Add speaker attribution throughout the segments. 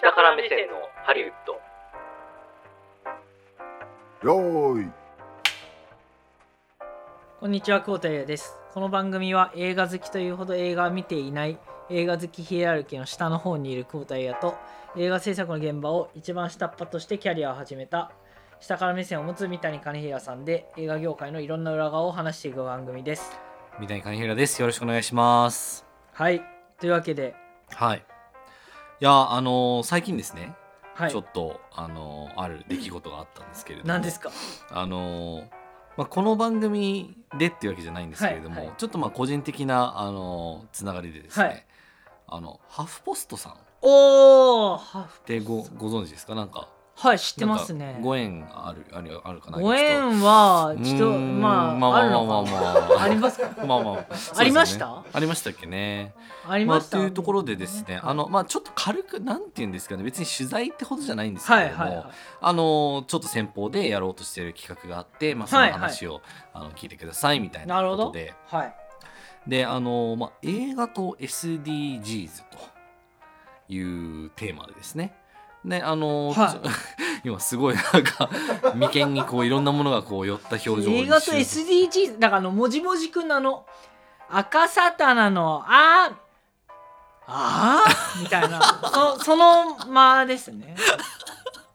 Speaker 1: 下から目線のハリウッド
Speaker 2: よーい
Speaker 3: こんにちは、久保田優也です。この番組は映画好きというほど映画を見ていない映画好きヒエラルキーの下の方にいる久保田優也と映画制作の現場を一番下っ端としてキャリアを始めた下から目線を持つ三谷兼平さんで映画業界のいろんな裏側を話していく番組です。
Speaker 4: 三谷兼平です。よろしくお願いします。
Speaker 3: はい、というわけで、
Speaker 4: はい。いや、あのー最近ですね、
Speaker 3: はい
Speaker 4: ちょ、っと、あのーある出来事があったんですけれども、
Speaker 3: 何ですか
Speaker 4: あのーまあ、この番組でっていうわけじゃないんですけれども、
Speaker 3: はいはい
Speaker 4: ちょっとまあ個人的な、あのーつながりでですね、
Speaker 3: はい
Speaker 4: あのハフポストさんっ
Speaker 3: おーは
Speaker 4: てごご存知ですかなんか
Speaker 3: はい、知ってます
Speaker 4: なん
Speaker 3: ね
Speaker 4: か。ご縁あるあるあるかな
Speaker 3: ご縁は、ちょっ
Speaker 4: う
Speaker 3: と、
Speaker 4: ーん
Speaker 3: まあ、あるのかな。
Speaker 4: まあまあまあまあ
Speaker 3: ありますか
Speaker 4: まあまあ、そうですよね
Speaker 3: ありました
Speaker 4: ありましたっけね。
Speaker 3: あり
Speaker 4: ま
Speaker 3: ま
Speaker 4: あ、
Speaker 3: し
Speaker 4: と
Speaker 3: た。
Speaker 4: いうところでですね、あ
Speaker 3: の、
Speaker 4: のまあ、ちょっと軽くなんて言うんですかね別に取材ってほどじゃないんですけ
Speaker 3: は
Speaker 4: れ
Speaker 3: い
Speaker 4: ども、
Speaker 3: はいはい。
Speaker 4: あのちょっと先方でやろうとしている企画があって、まあ、そ
Speaker 3: は
Speaker 4: の
Speaker 3: いはい
Speaker 4: 話を、あの聞いてくださいみたいな
Speaker 3: なる
Speaker 4: こ
Speaker 3: ほ
Speaker 4: と
Speaker 3: ど
Speaker 4: で
Speaker 3: はい。
Speaker 4: であの、まあ、映画と SDGs というテーマでですねであの、
Speaker 3: はい
Speaker 4: ちょ 今すごいなんか眉間にこういろんなものがこう寄った表情に
Speaker 3: 映画と SDGs だからあのもじもじくんのあの赤サタナのあーあーみた いなそその間ですね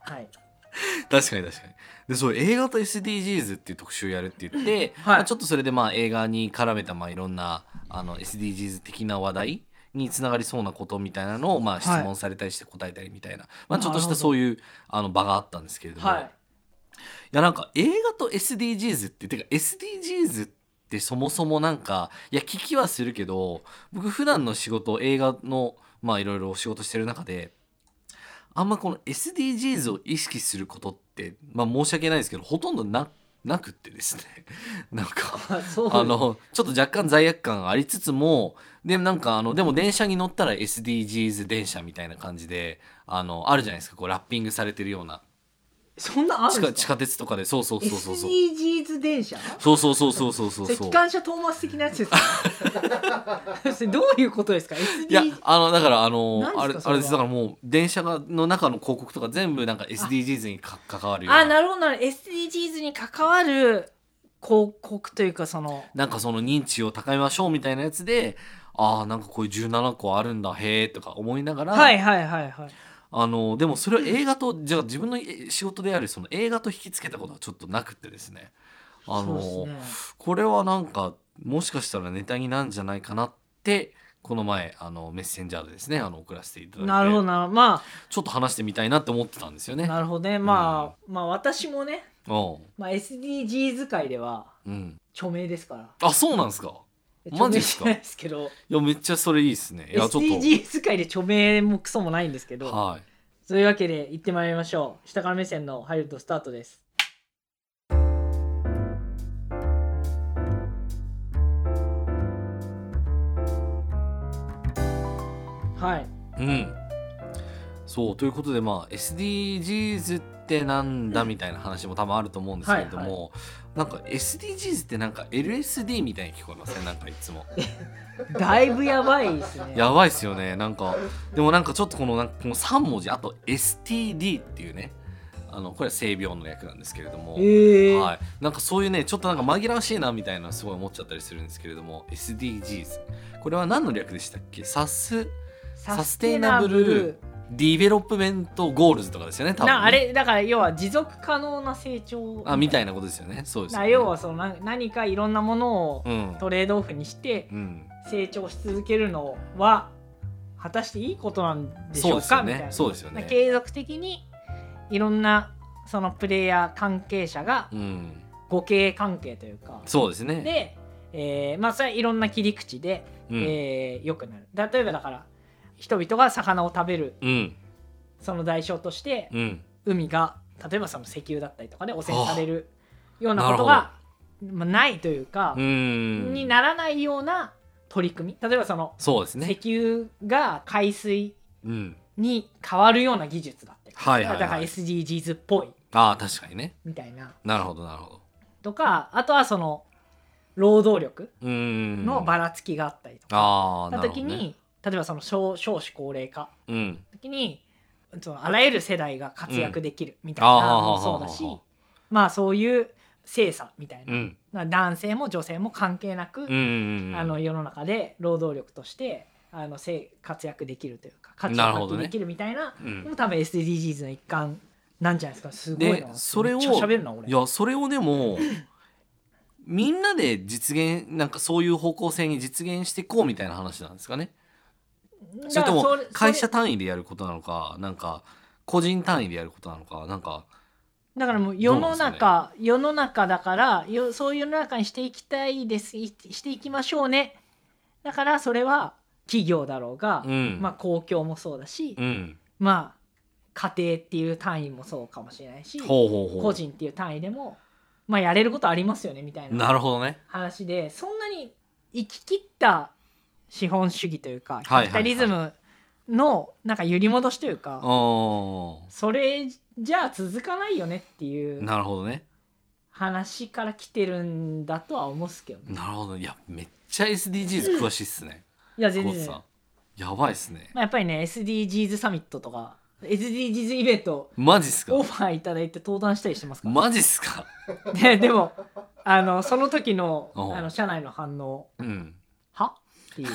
Speaker 3: はい
Speaker 4: 確かに確かにでそう映画と SDGs っていう特集やるって言って、
Speaker 3: はい
Speaker 4: まあちょっとそれでまあ映画に絡めたまあいろんなあの SDGs 的な話題につながりそうなことみたいなのをまあ質問されたりして答えたりみたいな、まあ、ちょっと
Speaker 3: なる
Speaker 4: し
Speaker 3: ほど
Speaker 4: たそういうあの場があったんですけれども、
Speaker 3: はいい、
Speaker 4: やなんか映画と SDGs っててか SDGs ってそもそもなんかいや聞きはするけど僕普段の仕事映画のまあいろいろお仕事してる中であんまこの SDGs を意識することってまあ申し訳ないですけどほとんどななくってですね なんか
Speaker 3: あそう
Speaker 4: あのちょっと若干罪悪感ありつつもでなんかあのでも電車に乗ったら SDGs 電車みたいな感じであのあるじゃないですかこうラッピングされてるような
Speaker 3: そんなある
Speaker 4: 地
Speaker 3: んで
Speaker 4: 下地
Speaker 3: すか
Speaker 4: 下鉄とかでそうそうそうそうそう
Speaker 3: SDGs 電車
Speaker 4: そうそうそうそうそうそう
Speaker 3: それ
Speaker 4: そう
Speaker 3: 機関車トーマス的なやつですかそれ どういうことですか SDGs
Speaker 4: いやあのだからあの
Speaker 3: 何
Speaker 4: あ
Speaker 3: です
Speaker 4: れ
Speaker 3: かそれは
Speaker 4: あれですだからもう電車がの中の広告とか全部なんか SDGs にか関わるよう
Speaker 3: あ
Speaker 4: な
Speaker 3: なるほどなるほど SDGs に関わる広告というかその
Speaker 4: なんかその認知を高めましょうみたいなやつでああなんかこういう17個あるんだへえとか思いながら、
Speaker 3: はいはいはいはい
Speaker 4: あのでもそれは映画とじゃあ自分のえ仕事であるその映画と引きつけたことはちょっとなくてですねあの
Speaker 3: そうですね
Speaker 4: これはなんかもしかしたらネタになんじゃないかなってこの前あのメッセンジャーでですねあの送らせていただいて
Speaker 3: なるほどなるほどまあ
Speaker 4: ちょっと話してみたいなって思ってたんですよね。
Speaker 3: なるほどね、まあ、まあ私もね、まあ、SDGs 界では
Speaker 4: うんうん、
Speaker 3: 著名ですから
Speaker 4: あそうなんですか
Speaker 3: 著
Speaker 4: マ
Speaker 3: 名
Speaker 4: ジっ
Speaker 3: じ
Speaker 4: す
Speaker 3: ゃ
Speaker 4: か
Speaker 3: ないですけど
Speaker 4: いやめっちゃそれいいですね。いやちょっ
Speaker 3: SDGs 界で著名もクソもないんですけ
Speaker 4: と、
Speaker 3: ど、
Speaker 4: はい、
Speaker 3: そういうわけで行ってまいりましょう下から目線のハリウッドスタートですはい
Speaker 4: うん。そうということで、まあ、SDGs ってなんだみたいな話も多分あると思うんですけれども、なんか SDGs ってなんか LSD みたいに聞こえません、なんかいつも。
Speaker 3: だいぶやばいですね
Speaker 4: やばいっすよねなんかでもなんかちょっとこのなんかこの3文字あと STD っていうねあのこれは性病の略なんですけれども。
Speaker 3: えー
Speaker 4: はい、なんかそういうねちょっとなんか紛らわしいなみたいなのすごい思っちゃったりするんですけれども SDGs これは何の略でしたっけサスサステイナブルディベロップメントゴールズとかですよね多分ね
Speaker 3: なあれだから要は持続可能な成長
Speaker 4: あみたいなことですよねそうですよ
Speaker 3: な
Speaker 4: ね
Speaker 3: 要はそのな何かいろんなものを
Speaker 4: うん、
Speaker 3: トレードオフにして
Speaker 4: うん、
Speaker 3: 成長し続けるのは果たしていいことなんでし
Speaker 4: そう
Speaker 3: ょう
Speaker 4: ですよ
Speaker 3: かみたい
Speaker 4: ね
Speaker 3: な
Speaker 4: そうですよね
Speaker 3: 継続的にいろんなそのプレイヤー関係者が
Speaker 4: うん
Speaker 3: 互恵関係というか
Speaker 4: そうですね
Speaker 3: で、えーまあそれはいろんな切り口で、
Speaker 4: うん、
Speaker 3: えー良くなる例えばだから人々が魚を食べる
Speaker 4: うん
Speaker 3: その代償として
Speaker 4: うん
Speaker 3: 海が例えばその石油だったりとかで汚染
Speaker 4: はあ
Speaker 3: されるようなことがまあないというか、
Speaker 4: うん
Speaker 3: にならないような取り組み例えばその、
Speaker 4: そうですね
Speaker 3: 石油が海水
Speaker 4: うん
Speaker 3: に変わるような技術だって、
Speaker 4: はいはい、
Speaker 3: だか
Speaker 4: は
Speaker 3: ら
Speaker 4: い、
Speaker 3: SDGs っぽい
Speaker 4: ああ確かにね
Speaker 3: みたいな
Speaker 4: なるほどなるほど
Speaker 3: とかあとはその労働力
Speaker 4: うん
Speaker 3: のばらつきがあったりとか、
Speaker 4: ああ
Speaker 3: た
Speaker 4: なるほ
Speaker 3: 時
Speaker 4: ど、
Speaker 3: に、
Speaker 4: ね、
Speaker 3: 例えばその少少子高齢化
Speaker 4: うん
Speaker 3: の時にそのあらゆる世代が活躍できるみたい
Speaker 4: あ
Speaker 3: なの
Speaker 4: あ
Speaker 3: もそうだし、まあそういう性差みたいな、
Speaker 4: うん
Speaker 3: まあ男性も女性も関係なく、
Speaker 4: うんうんうん
Speaker 3: あの世の中で労働力としてあの性活躍できるというか価値
Speaker 4: な
Speaker 3: を
Speaker 4: る
Speaker 3: 発
Speaker 4: ほど
Speaker 3: 揮
Speaker 4: ね
Speaker 3: できるみたいな
Speaker 4: う
Speaker 3: で
Speaker 4: ん
Speaker 3: も多分 SDGs の一環なんじゃないですかすごい
Speaker 4: で
Speaker 3: な
Speaker 4: それを
Speaker 3: めっちゃ喋るな俺
Speaker 4: いやそれを でもみんなで実現なんかそういう方向性に実現していこうみたいな話なんですかね
Speaker 3: だ
Speaker 4: それとも
Speaker 3: からそれ
Speaker 4: 会社
Speaker 3: そ
Speaker 4: 単位でやることなのかなんか個人単位でやることなのかなんか
Speaker 3: れだからもう世の
Speaker 4: どうな
Speaker 3: 中、世の中だからよそういう世の中にしていきたいですいしていきましょうねだからそれは企業だろうが、
Speaker 4: うん
Speaker 3: まあ公共もそうだし、
Speaker 4: うん
Speaker 3: まあ家庭っていう単位もそうかもしれないし
Speaker 4: ほうほうほう
Speaker 3: 個人っていう単位でもまあやれることありますよねみたいな
Speaker 4: なるほどね
Speaker 3: 話でそんなに行き切った資本主義というかキ
Speaker 4: はいはい
Speaker 3: ャピタリズムのなんか揺り戻しというか、
Speaker 4: あ
Speaker 3: それじゃあ続かないよねってい
Speaker 4: ー
Speaker 3: う
Speaker 4: なるほどね
Speaker 3: 話から来てるんだとは思うんですけどね、
Speaker 4: なるほどいやめっちゃ SDGs 詳しいっすね
Speaker 3: いや
Speaker 4: 久
Speaker 3: 全
Speaker 4: 保田
Speaker 3: 然、
Speaker 4: さ
Speaker 3: ま
Speaker 4: んやばいっすね
Speaker 3: あ、やっぱりね SDGs サミットとか SDGs イベント
Speaker 4: マジっすか
Speaker 3: オファーいただいて登壇したりしてますから、
Speaker 4: マジっすか
Speaker 3: ね、 でもあのその時の
Speaker 4: おう
Speaker 3: あの社内の反応
Speaker 4: うん
Speaker 3: はって いう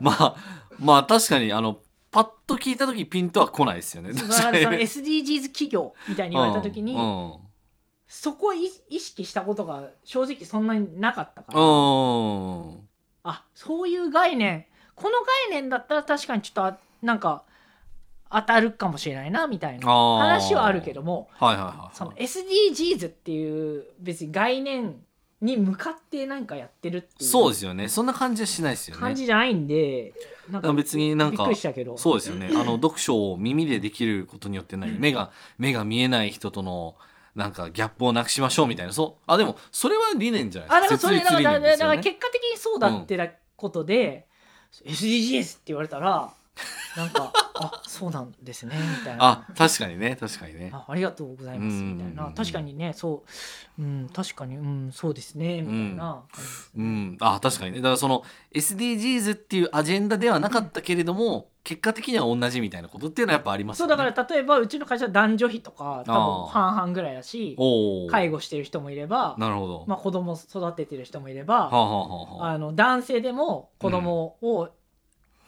Speaker 4: まあまあ確かにあのパッと聞いた時ピンとは来ないですよね
Speaker 3: そ
Speaker 4: 確
Speaker 3: のそ
Speaker 4: か
Speaker 3: の
Speaker 4: に
Speaker 3: SDGs 企業みたいに言われた時に、
Speaker 4: うんうん
Speaker 3: そこを意意識したことが正直そんなになかったから、
Speaker 4: うん
Speaker 3: あそういう概念この概念だったら確かにちょっとあなんか当たるかもしれないなみたいな
Speaker 4: あー
Speaker 3: 話はあるけども
Speaker 4: はいはいはい
Speaker 3: その SDGs っていう別に概念に向かってなんかやってるってい
Speaker 4: そう
Speaker 3: う
Speaker 4: ですよねそんな感じはしないですよ
Speaker 3: 感
Speaker 4: ね
Speaker 3: じじゃないんで、なんか
Speaker 4: 別になん
Speaker 3: びっ
Speaker 4: か
Speaker 3: くりしたけど
Speaker 4: そうですよねあの読書を耳でできることによって何目が目が見えない人とのなんかギャップをなくしましょうみたいなそうあでもそれは理念じゃ
Speaker 3: あ
Speaker 4: ない
Speaker 3: だか
Speaker 4: で
Speaker 3: ら
Speaker 4: す
Speaker 3: そ
Speaker 4: か
Speaker 3: れ
Speaker 4: 設
Speaker 3: だか
Speaker 4: 立理
Speaker 3: ら
Speaker 4: 念で
Speaker 3: だ
Speaker 4: す
Speaker 3: か
Speaker 4: よ
Speaker 3: ら
Speaker 4: ね
Speaker 3: 結果的にそうだってなことで、SDGs って言われたらなんか あそうなんですねみたいな
Speaker 4: あ確かにね確かにね
Speaker 3: あありがとうございます
Speaker 4: うん
Speaker 3: みたいな
Speaker 4: うん
Speaker 3: 確かにねそう、うん、確かに、うん、そうですねみたいな、
Speaker 4: うん、あ確かにねだからその SDGs っていうアジェンダではなかったけれども、結果的には同じみたいなことっていうのはやっぱあります
Speaker 3: そう
Speaker 4: よね。
Speaker 3: だから例えばうちの会社は男女比とか多
Speaker 4: あー
Speaker 3: 分半々ぐらいだし
Speaker 4: おー
Speaker 3: 介護してる人もいれば、
Speaker 4: なるほど。
Speaker 3: まあ、子供育ててる人もいれば
Speaker 4: はあ、はあはあはあ
Speaker 3: あの男性でも子供を、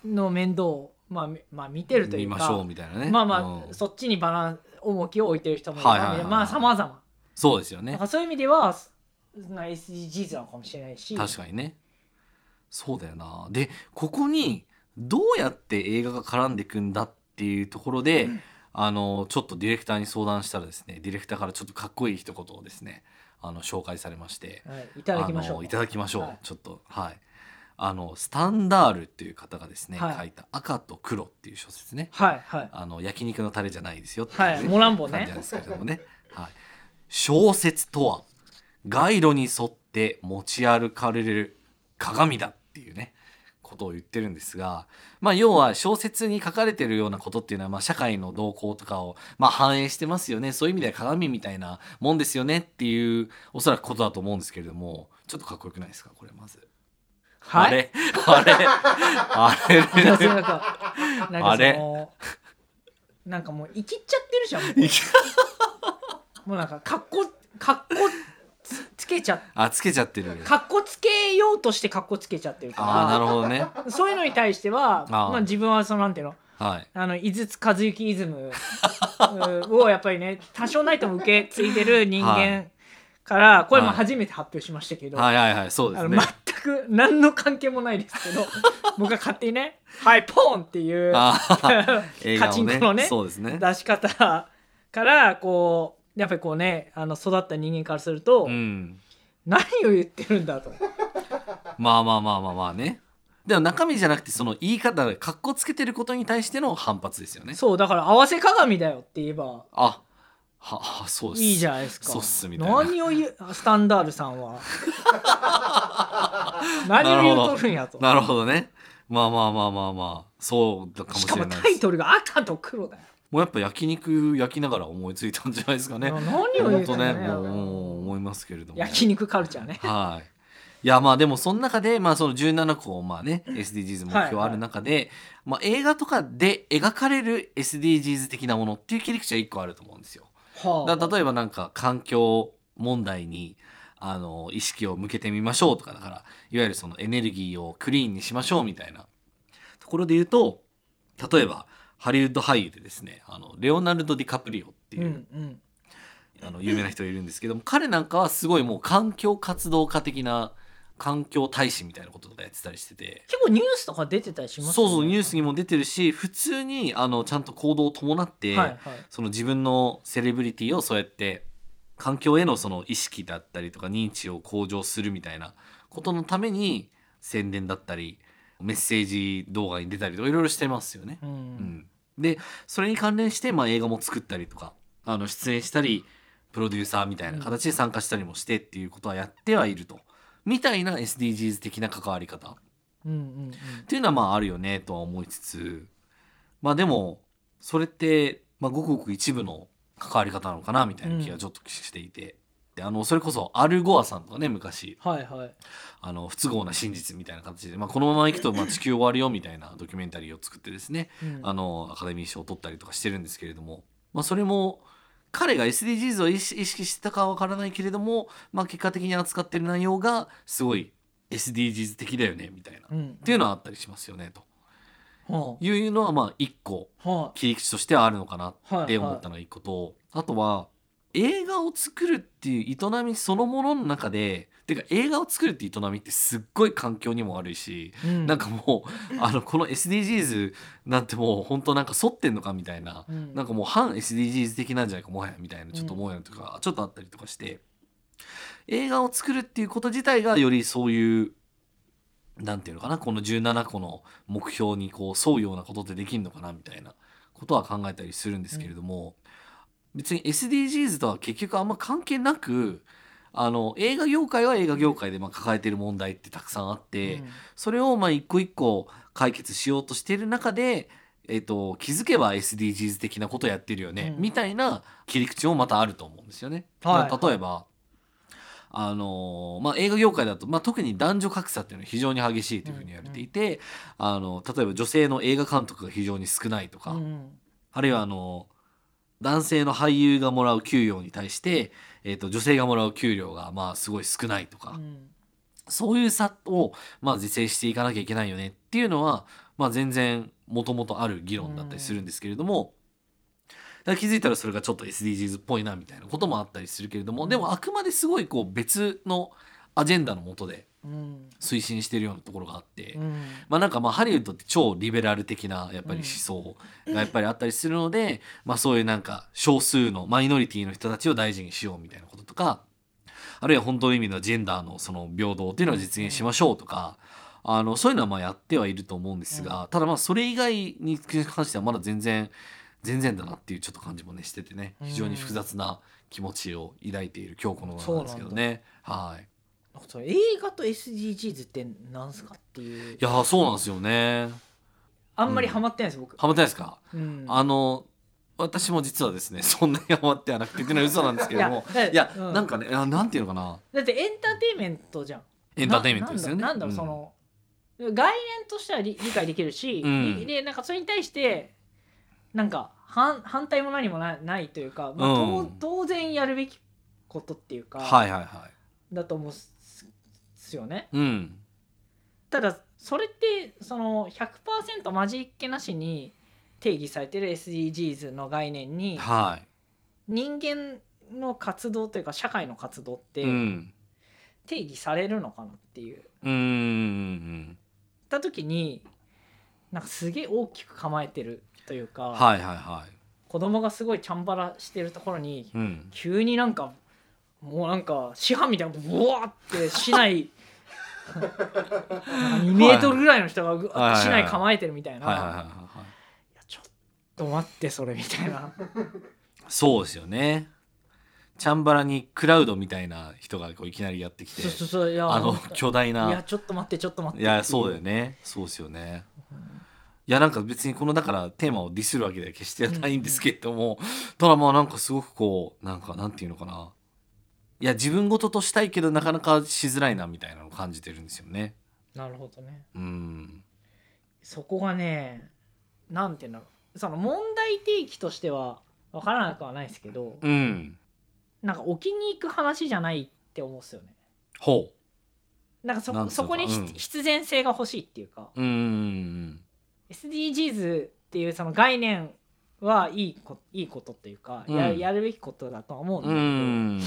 Speaker 3: の面倒を、まあみまあ、見てるとい
Speaker 4: 見
Speaker 3: う
Speaker 4: ま
Speaker 3: か
Speaker 4: しょうみたいなね。
Speaker 3: まあまあ、
Speaker 4: うん
Speaker 3: そっちにバランス重きを置いてる人もいる
Speaker 4: はいはいはいはい
Speaker 3: まあ様々
Speaker 4: そうですよ
Speaker 3: だ
Speaker 4: ね
Speaker 3: から。そういう意味ではな SDGs なのかもしれないし
Speaker 4: 確かにね。そうだよな。でここにどうやって映画が絡んでいくんだっていうところで、あのちょっとディレクターに相談したらですねディレクターからちょっとかっこいい一言をですねあの紹介されまして。
Speaker 3: はい、いただきましょ
Speaker 4: あの
Speaker 3: う
Speaker 4: いただきましょう、
Speaker 3: はい
Speaker 4: ちょっとはいあのスタンダールっていう方がですね、
Speaker 3: はい
Speaker 4: 書いた「赤と黒」っていう小説ね
Speaker 3: はいはい
Speaker 4: あの焼肉のタレじゃないですよっていう
Speaker 3: はい、
Speaker 4: ね
Speaker 3: モランボ
Speaker 4: 感じ
Speaker 3: ね
Speaker 4: なん。ですけれどもね、はい、小説とは街路に沿って持ち歩かれる鏡だっていうねことを言ってるんですが、まあ、要は小説に書かれてるようなことっていうのは、まあ、社会の動向とかを、まあ、反映してますよねそういう意味では鏡みたいなもんですよねっていうおそらくことだと思うんですけれどもちょっとかっこよくないですかこれまず。あ
Speaker 3: はい。
Speaker 4: れあれあれ
Speaker 3: い やそれなんか、なんか
Speaker 4: あれ
Speaker 3: その、なんかもう生きっちゃってるじゃん。も
Speaker 4: 生き
Speaker 3: うもうなんか格好格好つつけちゃ
Speaker 4: あつけちゃってる。
Speaker 3: 格好つけようとして格好つけちゃってるから。
Speaker 4: ああなるほどね。
Speaker 3: そういうのに対しては、
Speaker 4: あー
Speaker 3: まあ自分はそのなんていうの、
Speaker 4: はい。
Speaker 3: あの井筒和幸イズムうんをやっぱりね、多少ないとも受け継いでる人
Speaker 4: は
Speaker 3: 間から、これも
Speaker 4: はい
Speaker 3: 初めて発表しましたけど、
Speaker 4: はいはいはいそうで
Speaker 3: あ
Speaker 4: す
Speaker 3: の
Speaker 4: ね。
Speaker 3: 全く何の関係もないですけ ど僕が勝手にね「はいポン!」っていう
Speaker 4: あー
Speaker 3: カチンコのね
Speaker 4: そうですね。
Speaker 3: 出し方からこうやっぱりこうねあの育った人間からすると、
Speaker 4: うん。
Speaker 3: 何を言ってるんだと
Speaker 4: まあまあまあまあまあね。でも中身じゃなくてその言い方で格好つけてることに対しての反発ですよね。
Speaker 3: そうだから合わせ鏡だよって言えば
Speaker 4: あ、ははそうです。
Speaker 3: いいじゃ
Speaker 4: ん。
Speaker 3: ないですか
Speaker 4: そうっすみたいな
Speaker 3: 何を言うあスタンダールさん は何を言うとるんやと
Speaker 4: なるほどね。まあまあまあまあまあそうだかも
Speaker 3: し
Speaker 4: し
Speaker 3: か
Speaker 4: れ
Speaker 3: も
Speaker 4: ない
Speaker 3: タ
Speaker 4: で
Speaker 3: イ
Speaker 4: す。
Speaker 3: トルが赤と黒だよ、
Speaker 4: もうやっぱ焼肉焼きながら思いついたんじゃないですかね。
Speaker 3: 何を言
Speaker 4: 本
Speaker 3: うと
Speaker 4: 当
Speaker 3: るんや
Speaker 4: ね
Speaker 3: と
Speaker 4: もうもう思いますけれども。
Speaker 3: 焼肉カルチャーね
Speaker 4: はい。いやまあでもその中で、まあ、その17個まあね SDGs 目標ある中で、まあ、映画とかで描かれる SDGs 的なものっていう切り口は1個あると思うんですよ。
Speaker 3: は
Speaker 4: だ例えばなんか環境問題にあの意識を向けてみましょうとかだからいわゆるそのエネルギーをクリーンにしましょうみたいなところで言うと例えばハリウッド俳優でですねあのレオナルド・ディカプリオっていう、
Speaker 3: うんうん
Speaker 4: あの有名な人がいるんですけども彼なんかはすごいもう環境活動家的な環境大使みたいなこととかやってたりしてて。
Speaker 3: 結構ニュースとか出てたりします
Speaker 4: そうそうニュー
Speaker 3: ス
Speaker 4: スにも出てるし普通にあのちゃんと行動を伴って、
Speaker 3: はいはい
Speaker 4: その自分のセレブリティをそうやって環境へのその意識だったりとか認知を向上するみたいなことのために宣伝だったりメッセージ動画に出たりとかいろいろしてますよね。
Speaker 3: うん
Speaker 4: うん、でそれに関連して、まあ、映画も作ったりとかあの出演したりプロデューサーみたいな形で参加したりもしてっていうことはやってはいると。みたいな SDGs 的な関わり方。
Speaker 3: うんうんうん
Speaker 4: っていうのはまああるよねとは思いつつまあでもそれって、まあ、ごくごく一部の関わり方なのかなみたいな気がちょっとしていて、であのそれこそアルゴアさんとかね昔
Speaker 3: はいはい
Speaker 4: あの不都合な真実みたいな形で、まあ、このままいくとまあ地球終わるよみたいなドキュメンタリーを作ってですね
Speaker 3: うん
Speaker 4: あのアカデミー賞を取ったりとかしてるんですけれども、まあ、それも彼が SDGs を意識意識してたかはわからないけれども、まあ、結果的に扱ってる内容がすごい SDGs 的だよねみたいな。
Speaker 3: うん
Speaker 4: っていうのはあったりしますよねと
Speaker 3: は
Speaker 4: いうのはまあ一個
Speaker 3: あは
Speaker 4: 切り口としてはあるのかな
Speaker 3: あはい
Speaker 4: って思ったのが一個とあとは映画を作るっていう営みそのものの中でてか映画を作るっていう営みってすっごい環境にも悪いし
Speaker 3: はいうん
Speaker 4: なんかもうあのこの SDGs なんてもう本当なんか反ってんのかみたいな
Speaker 3: うん
Speaker 4: なんかもう反 SDGs 的なんじゃないかもはやみたいなちょっと思うようなとか、ちょっとあったりとかして映画を作るっていうこと自体がよりそういうなんていうのかなこの17個の目標にこう沿うようなことってできるのかなみたいなことは考えたりするんですけれども、別に SDGs とは結局あんま関係なくあの映画業界は映画業界でまあ抱えてる問題ってたくさんあって。
Speaker 3: うん
Speaker 4: それをまあ一個一個解決しようとしている中で、えっと気づけば SDGs 的なことやってるよね、
Speaker 3: うん
Speaker 4: みたいな切り口もまたあると思うんですよね。
Speaker 3: はい
Speaker 4: まあ例えばあのーまあ、映画業界だと、まあ、特に男女格差っていうのは非常に激しいというふうに言われていて、あの例えば女性の映画監督が非常に少ないとか、
Speaker 3: うん
Speaker 4: あるいはあの男性の俳優がもらう給与に対して、えっと女性がもらう給料がまあすごい少ないとか、
Speaker 3: うん
Speaker 4: そういう差を、まあ、是正していかなきゃいけないよねっていうのは、まあ、全然もともとある議論だったりするんですけれども、だから気づいたらそれがちょっと SDGs っぽいなみたいなこともあったりするけれども、でもあくまですごいこう別のアジェンダのもとで
Speaker 3: うん
Speaker 4: 推進してるようなところがあって、
Speaker 3: うん
Speaker 4: まあなんかまあハリウッドって超リベラル的なやっぱり思想がやっぱりあったりするので、まあそういうなんか少数のマイノリティの人たちを大事にしようみたいなこととかあるいは本当の意味のジェンダーのその平等っていうのを実現しましょうとか、あのそういうのはまあやってはいると思うんですが、ただまあそれ以外に関してはまだ全然全然だなっていうちょっと感じもねしててね非常に複雑な気持ちを抱いている今日この頃なんですけどね。はい
Speaker 3: そう映画と SDGs ってなんすかっていう
Speaker 4: いやーそうなんですよね。
Speaker 3: あんまりハマってないです僕、
Speaker 4: ハマってないですか
Speaker 3: うん
Speaker 4: あの私も実はですね そんなにハマってはなくてっていうのは嘘なんですけども
Speaker 3: いや
Speaker 4: いや
Speaker 3: うん
Speaker 4: なんかねあなんていうのかな
Speaker 3: だってエンターテインメントじゃん
Speaker 4: エンターテインメントですよね。
Speaker 3: ななんだろうそ
Speaker 4: うん
Speaker 3: の、概念としては理理解できるし、
Speaker 4: うん
Speaker 3: でなんかそれに対してなんか反反対も何もなないというか、まあと
Speaker 4: うん
Speaker 3: 当然やるべきことっていうか、
Speaker 4: はいはいは
Speaker 3: だと思うんすすよね。
Speaker 4: い。うん
Speaker 3: ただそれってその100%まじっけなしに定義されてる SDGs の概念に
Speaker 4: は
Speaker 3: 人間の活動というか社会の活動っ
Speaker 4: い。
Speaker 3: て
Speaker 4: うん
Speaker 3: 定義されるのかなっていう。
Speaker 4: うんうんうん
Speaker 3: った時になんかすげえ大きく構えてるというか、
Speaker 4: うんはいはいは
Speaker 3: 子供がすごいチャンバラしてるところに
Speaker 4: い。うん
Speaker 3: 急になんかもうなんか師範みたいなブワーって市 内なんか2メートルぐらいの人がぐ
Speaker 4: はい
Speaker 3: わっ
Speaker 4: はい
Speaker 3: て市内構えてるみたいな、
Speaker 4: はいはいはいはいいはい。
Speaker 3: やちょっと待ってそれみたいな
Speaker 4: そうですよね。チャンバラにクラウドみたいな人がこういきなりやってきて
Speaker 3: そうそうそういや
Speaker 4: あの
Speaker 3: い
Speaker 4: 巨大な
Speaker 3: やちょっと待ってちょっと待って
Speaker 4: いやそうだよねそうですよね、いやなんか別にこのだからテーマをディスるわけでは決してないんですけれども、ただまあなんかすごくこうなんかなんていうのかないや自分事としたいけどなかなかしづらいなみたいなのを感じてるんですよね。
Speaker 3: なるほどね
Speaker 4: うん
Speaker 3: そこがねなんていうんだろうその問題提起としては分からなくはないですけど、
Speaker 4: うん
Speaker 3: なんか置きに行く話じゃないって思うんですよね
Speaker 4: ほ
Speaker 3: なんかそ
Speaker 4: なんつうか
Speaker 3: そこにひ、
Speaker 4: うん
Speaker 3: 必然性が欲しいっていうか
Speaker 4: ううん
Speaker 3: SDGs っていうその概念はいいこいいことっていうか、や
Speaker 4: うん
Speaker 3: やるべきことだとは思うんだ
Speaker 4: う
Speaker 3: けど、
Speaker 4: ん
Speaker 3: な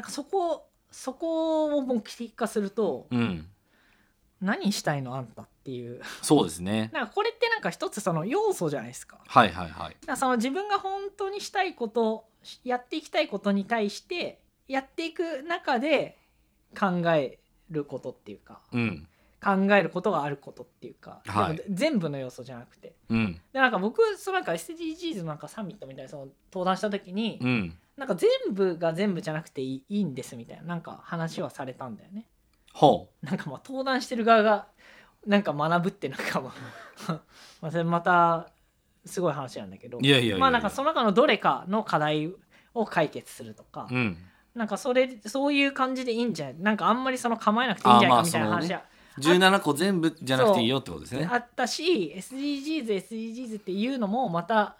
Speaker 3: んかそこそこを目的化すると、
Speaker 4: うん
Speaker 3: 何したいのあんたっていう
Speaker 4: そうですね。
Speaker 3: なんかこれってなんか一つその要素じゃないですか。
Speaker 4: はいはいはい。
Speaker 3: だからその自分が本当にしたいことしやっていきたいことに対してやっていく中で考えることっていうか
Speaker 4: うん
Speaker 3: 考えることがあることっていうか、
Speaker 4: はい
Speaker 3: でも全部の要素じゃなくて
Speaker 4: うん
Speaker 3: でなんか僕そのなんか SDGs のなんかサミットみたいなその登壇した時に、
Speaker 4: うん
Speaker 3: なんか全部が全部じゃなくていいいいんですみたいななんか話はされたんだよね。
Speaker 4: ほ
Speaker 3: なんかまあ登壇してる側がなんか学ぶってなんかまあ まあそれまたすごい話なんだけど
Speaker 4: ういやいやいやいや
Speaker 3: まあなんかその中のどれかの課題を解決するとか、
Speaker 4: うん
Speaker 3: なんかそれそういう感じでいいんじゃないなんかあんまりその構えなくていいんじゃない
Speaker 4: あー
Speaker 3: か
Speaker 4: まあ
Speaker 3: みたいな話
Speaker 4: そ
Speaker 3: は
Speaker 4: 17個全部じゃなくていいよってことですね
Speaker 3: あ。ったし、SDGs SDGs っていうのもまた、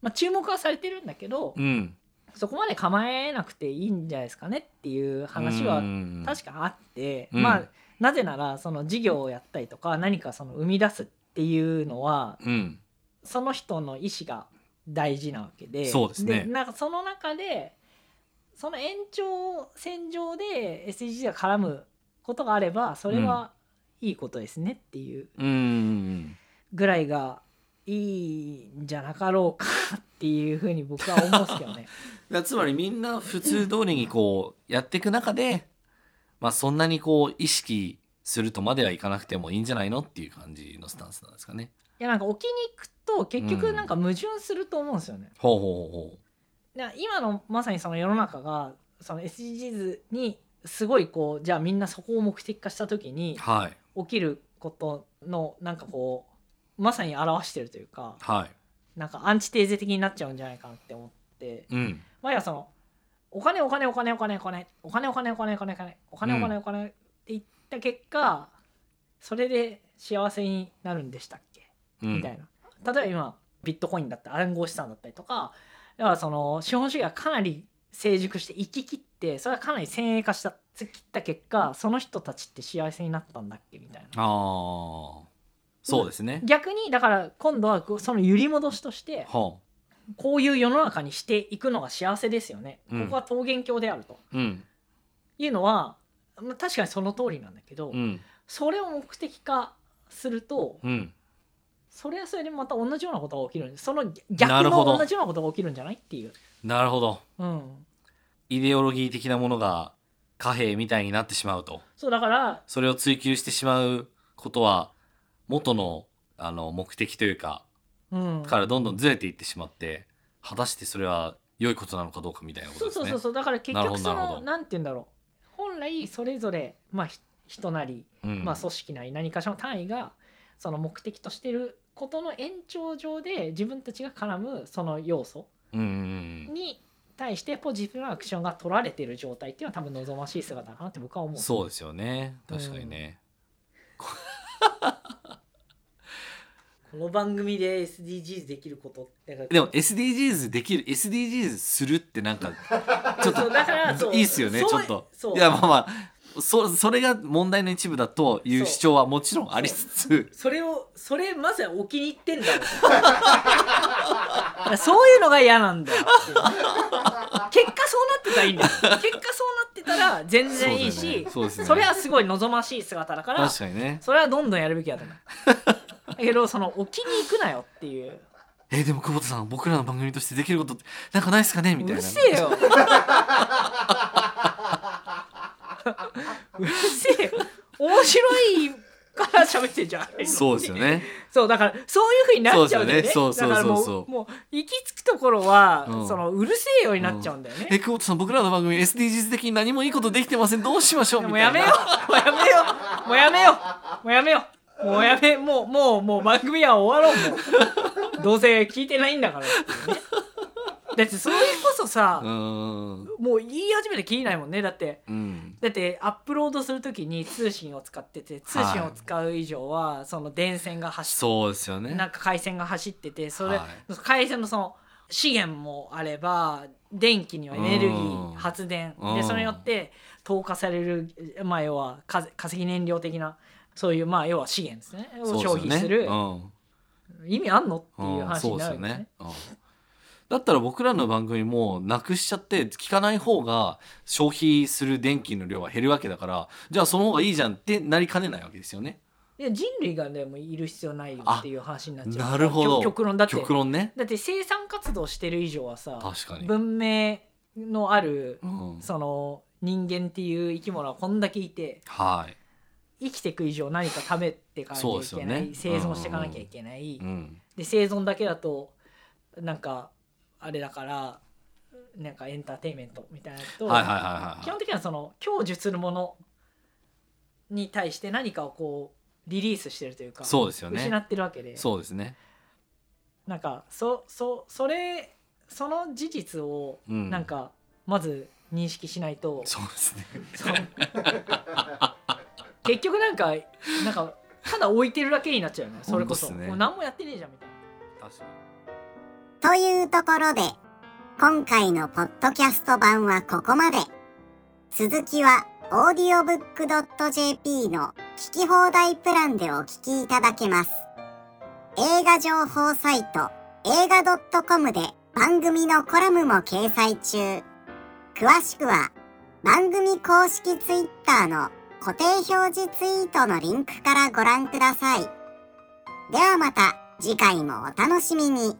Speaker 3: まあ、注目はされてるんだけど、
Speaker 4: うん
Speaker 3: そこまで構えなくていいんじゃないですかねっていう話は確かあって、
Speaker 4: うん
Speaker 3: まあなぜならその事業をやったりとか何かその生み出すっていうのは
Speaker 4: うん
Speaker 3: その人の意思が大事なわけで
Speaker 4: そうですね
Speaker 3: なんかその中でその延長線上で SDGs が絡むことがあればそれはいいことですねっていう
Speaker 4: うんうん
Speaker 3: ぐらいがいいんじゃなかろうかっていうふうに僕は思うんですけど ね。
Speaker 4: だつまりみんな普通通りにこうやっていく中で、まあ、そんなにこう意識するとまではいかなくてもいいんじゃないのっていう感じのスタンスなんですかね。
Speaker 3: いやなんか置きに行くと結局なんか矛盾すると思うんですよね。
Speaker 4: ほうほうほ
Speaker 3: な今のまさにその世の中がその SDGs にすごいこうじゃあみんなそこを目的化した時に
Speaker 4: うほうはい
Speaker 3: 起きることのなんかこうまさに表してるというか
Speaker 4: は
Speaker 3: なんかアンチテーゼ的になっちゃうんじゃないかなって思って
Speaker 4: いうん
Speaker 3: 前はそのお金お金お金お金お金お金お金お金お金お金お金お金お金って言った結果それで幸せになるんでしたっけ
Speaker 4: うん
Speaker 3: みたいな。例えば今ビットコインだったり暗号資産だったりとかだからその資本主義がかなり成熟して行ききってそれはかなり先鋭化した突き切った結果その人たちって幸せになったんだっけみたいな。
Speaker 4: あーそうですね。
Speaker 3: 逆にだから今度はこうその揺り戻しとして
Speaker 4: ほ
Speaker 3: こういう世の中にしていくのが幸せですよね、
Speaker 4: うん
Speaker 3: ここは桃源郷であると
Speaker 4: ううん
Speaker 3: いうのは、まあ、確かにその通りなんだけど、
Speaker 4: うん
Speaker 3: それを目的化すると、
Speaker 4: うん
Speaker 3: それはそれでまた同じようなことが起きるんですその
Speaker 4: な
Speaker 3: 逆
Speaker 4: るほ
Speaker 3: の
Speaker 4: ど
Speaker 3: 同じようなことが起きるんじゃないっていう、
Speaker 4: なるほど
Speaker 3: うん、
Speaker 4: イデオロギー的なものが貨幣みたいになってしまうと。
Speaker 3: そうだから
Speaker 4: それを追求してしまうことは元のあの目的というか
Speaker 3: うん
Speaker 4: からどんどんずれていってしまって果たしてそれは良いことなのかどうかみたいなこと
Speaker 3: そうそ
Speaker 4: ですね。
Speaker 3: うそうそうだから結
Speaker 4: なるほ
Speaker 3: 局
Speaker 4: ど
Speaker 3: そ
Speaker 4: なるほ
Speaker 3: の
Speaker 4: ど
Speaker 3: なんて言うんだろう本来それぞれまあひ人なり、
Speaker 4: うん
Speaker 3: まあ、組織なり何かしらの単位がその目的としてることの延長上で自分たちが絡むその要素
Speaker 4: うんうん
Speaker 3: に対してポジティブなアクションが取られてる状態っていうのは多分望ましい姿かなって僕は
Speaker 4: う
Speaker 3: 思
Speaker 4: ん
Speaker 3: う。
Speaker 4: そうですよね確かにね。
Speaker 3: この番組で SDGs できること
Speaker 4: でも SDGs できる SDGs するってな んかちょっ
Speaker 3: そうだからそ
Speaker 4: と
Speaker 3: う
Speaker 4: いいっすよね
Speaker 3: そう
Speaker 4: ちょっと
Speaker 3: そう。
Speaker 4: いやまあまあそそれが問題の一部だという主張はもちろんありつつ
Speaker 3: それをそれまさに置きに行ってんだろ そういうのが嫌なんだよっていう結果そうなってたらいいんだよ結果そうなってたら全然いいし
Speaker 4: そうですねそうですね
Speaker 3: れはすごい望ましい姿だから
Speaker 4: 確かにね。
Speaker 3: それはどんどんやるべきだと思う だけどその置きに行くなよっていう
Speaker 4: えでも久保田さん僕らの番組としてできることってなんかないですかねみ
Speaker 3: う
Speaker 4: たい
Speaker 3: る
Speaker 4: な。
Speaker 3: せえようるせえよ面白いから喋ってんじゃないの
Speaker 4: そうですよね。
Speaker 3: そうだからそういうふうになっちゃうんだよね。
Speaker 4: そうですよね
Speaker 3: だからも
Speaker 4: そうそうそうそう
Speaker 3: もう行き着くところは、
Speaker 4: うん
Speaker 3: そのうるせえよになっちゃうんだよね。
Speaker 4: え、久保田さん、僕らの番組 SDGs 的に何もいいことできてません。どうしましょう
Speaker 3: で
Speaker 4: み
Speaker 3: も
Speaker 4: た
Speaker 3: や
Speaker 4: い
Speaker 3: め
Speaker 4: な。
Speaker 3: ようもうやめようもうやめようもうやめようもうやめもうもうもう番組は終わろうもうどうせ聞いてないんだからっていうねだってそれこそさ、
Speaker 4: うん
Speaker 3: もう言い始めてきりないもんねだって
Speaker 4: うん
Speaker 3: だってアップロードするときに通信を使ってて通信を使う以上はその電線が走っ
Speaker 4: そうですよね
Speaker 3: なんか回線が走っててそれ、
Speaker 4: はい
Speaker 3: 回線のその資源もあれば電気にはエネルギ
Speaker 4: うん
Speaker 3: ー発電
Speaker 4: う
Speaker 3: で
Speaker 4: ん
Speaker 3: それによって投下される、まあ、要は化化石燃料的なそういうまあ要は資源ですね
Speaker 4: そ
Speaker 3: を
Speaker 4: うです
Speaker 3: 消
Speaker 4: よ
Speaker 3: 費
Speaker 4: ね
Speaker 3: する
Speaker 4: うん
Speaker 3: 意味あんのっていう
Speaker 4: うん
Speaker 3: 話
Speaker 4: そ
Speaker 3: に
Speaker 4: うで
Speaker 3: な
Speaker 4: す
Speaker 3: る
Speaker 4: よ
Speaker 3: んですね
Speaker 4: ね。うんだったら僕らの番組もなくしちゃって聞かない方が消費する電気の量は減るわけだからじゃあその方がいいじゃんってなりかねないわけですよね。
Speaker 3: で人類がでもいる必要ないよっていう話になっちゃう
Speaker 4: なるほど
Speaker 3: 極極論だって
Speaker 4: 極論ね
Speaker 3: だって生産活動してる以上はさ
Speaker 4: 確かに。
Speaker 3: 文明のある
Speaker 4: うん、
Speaker 3: その人間っていう生き物はこんだけいて
Speaker 4: はい、
Speaker 3: 生きていく以上何か食べていかなきゃ
Speaker 4: そう
Speaker 3: い
Speaker 4: です
Speaker 3: け
Speaker 4: よ
Speaker 3: ない、
Speaker 4: ね
Speaker 3: 生存していかなきゃいけない、
Speaker 4: うん、
Speaker 3: で生存だけだとなんかあれだからなんかエンターテインメントみたいなのと、
Speaker 4: はいはいはいはい
Speaker 3: 基本的にはその享受するものに対して何かをこうリリースしてるというか
Speaker 4: そうですよね
Speaker 3: 失ってるわけで
Speaker 4: そうですね。
Speaker 3: なんかそそそれその事実を
Speaker 4: うん
Speaker 3: なんかまず認識しないと、
Speaker 4: そうですね。
Speaker 3: そう 結局なんかなんかただ置いてるだけになっちゃうよねそれこそ、
Speaker 4: ほんとっすね
Speaker 3: もう何もやってねえじゃんみたいな。
Speaker 4: 確かに
Speaker 2: というところで今回のポッドキャスト版はここまで続きは audiobook.jp の聞き放題プランでお聞きいただけます映画情報サイト映画 .com で番組のコラムも掲載中詳しくは番組公式 Twitter の固定表示ツイートのリンクからご覧くださいではまた次回もお楽しみに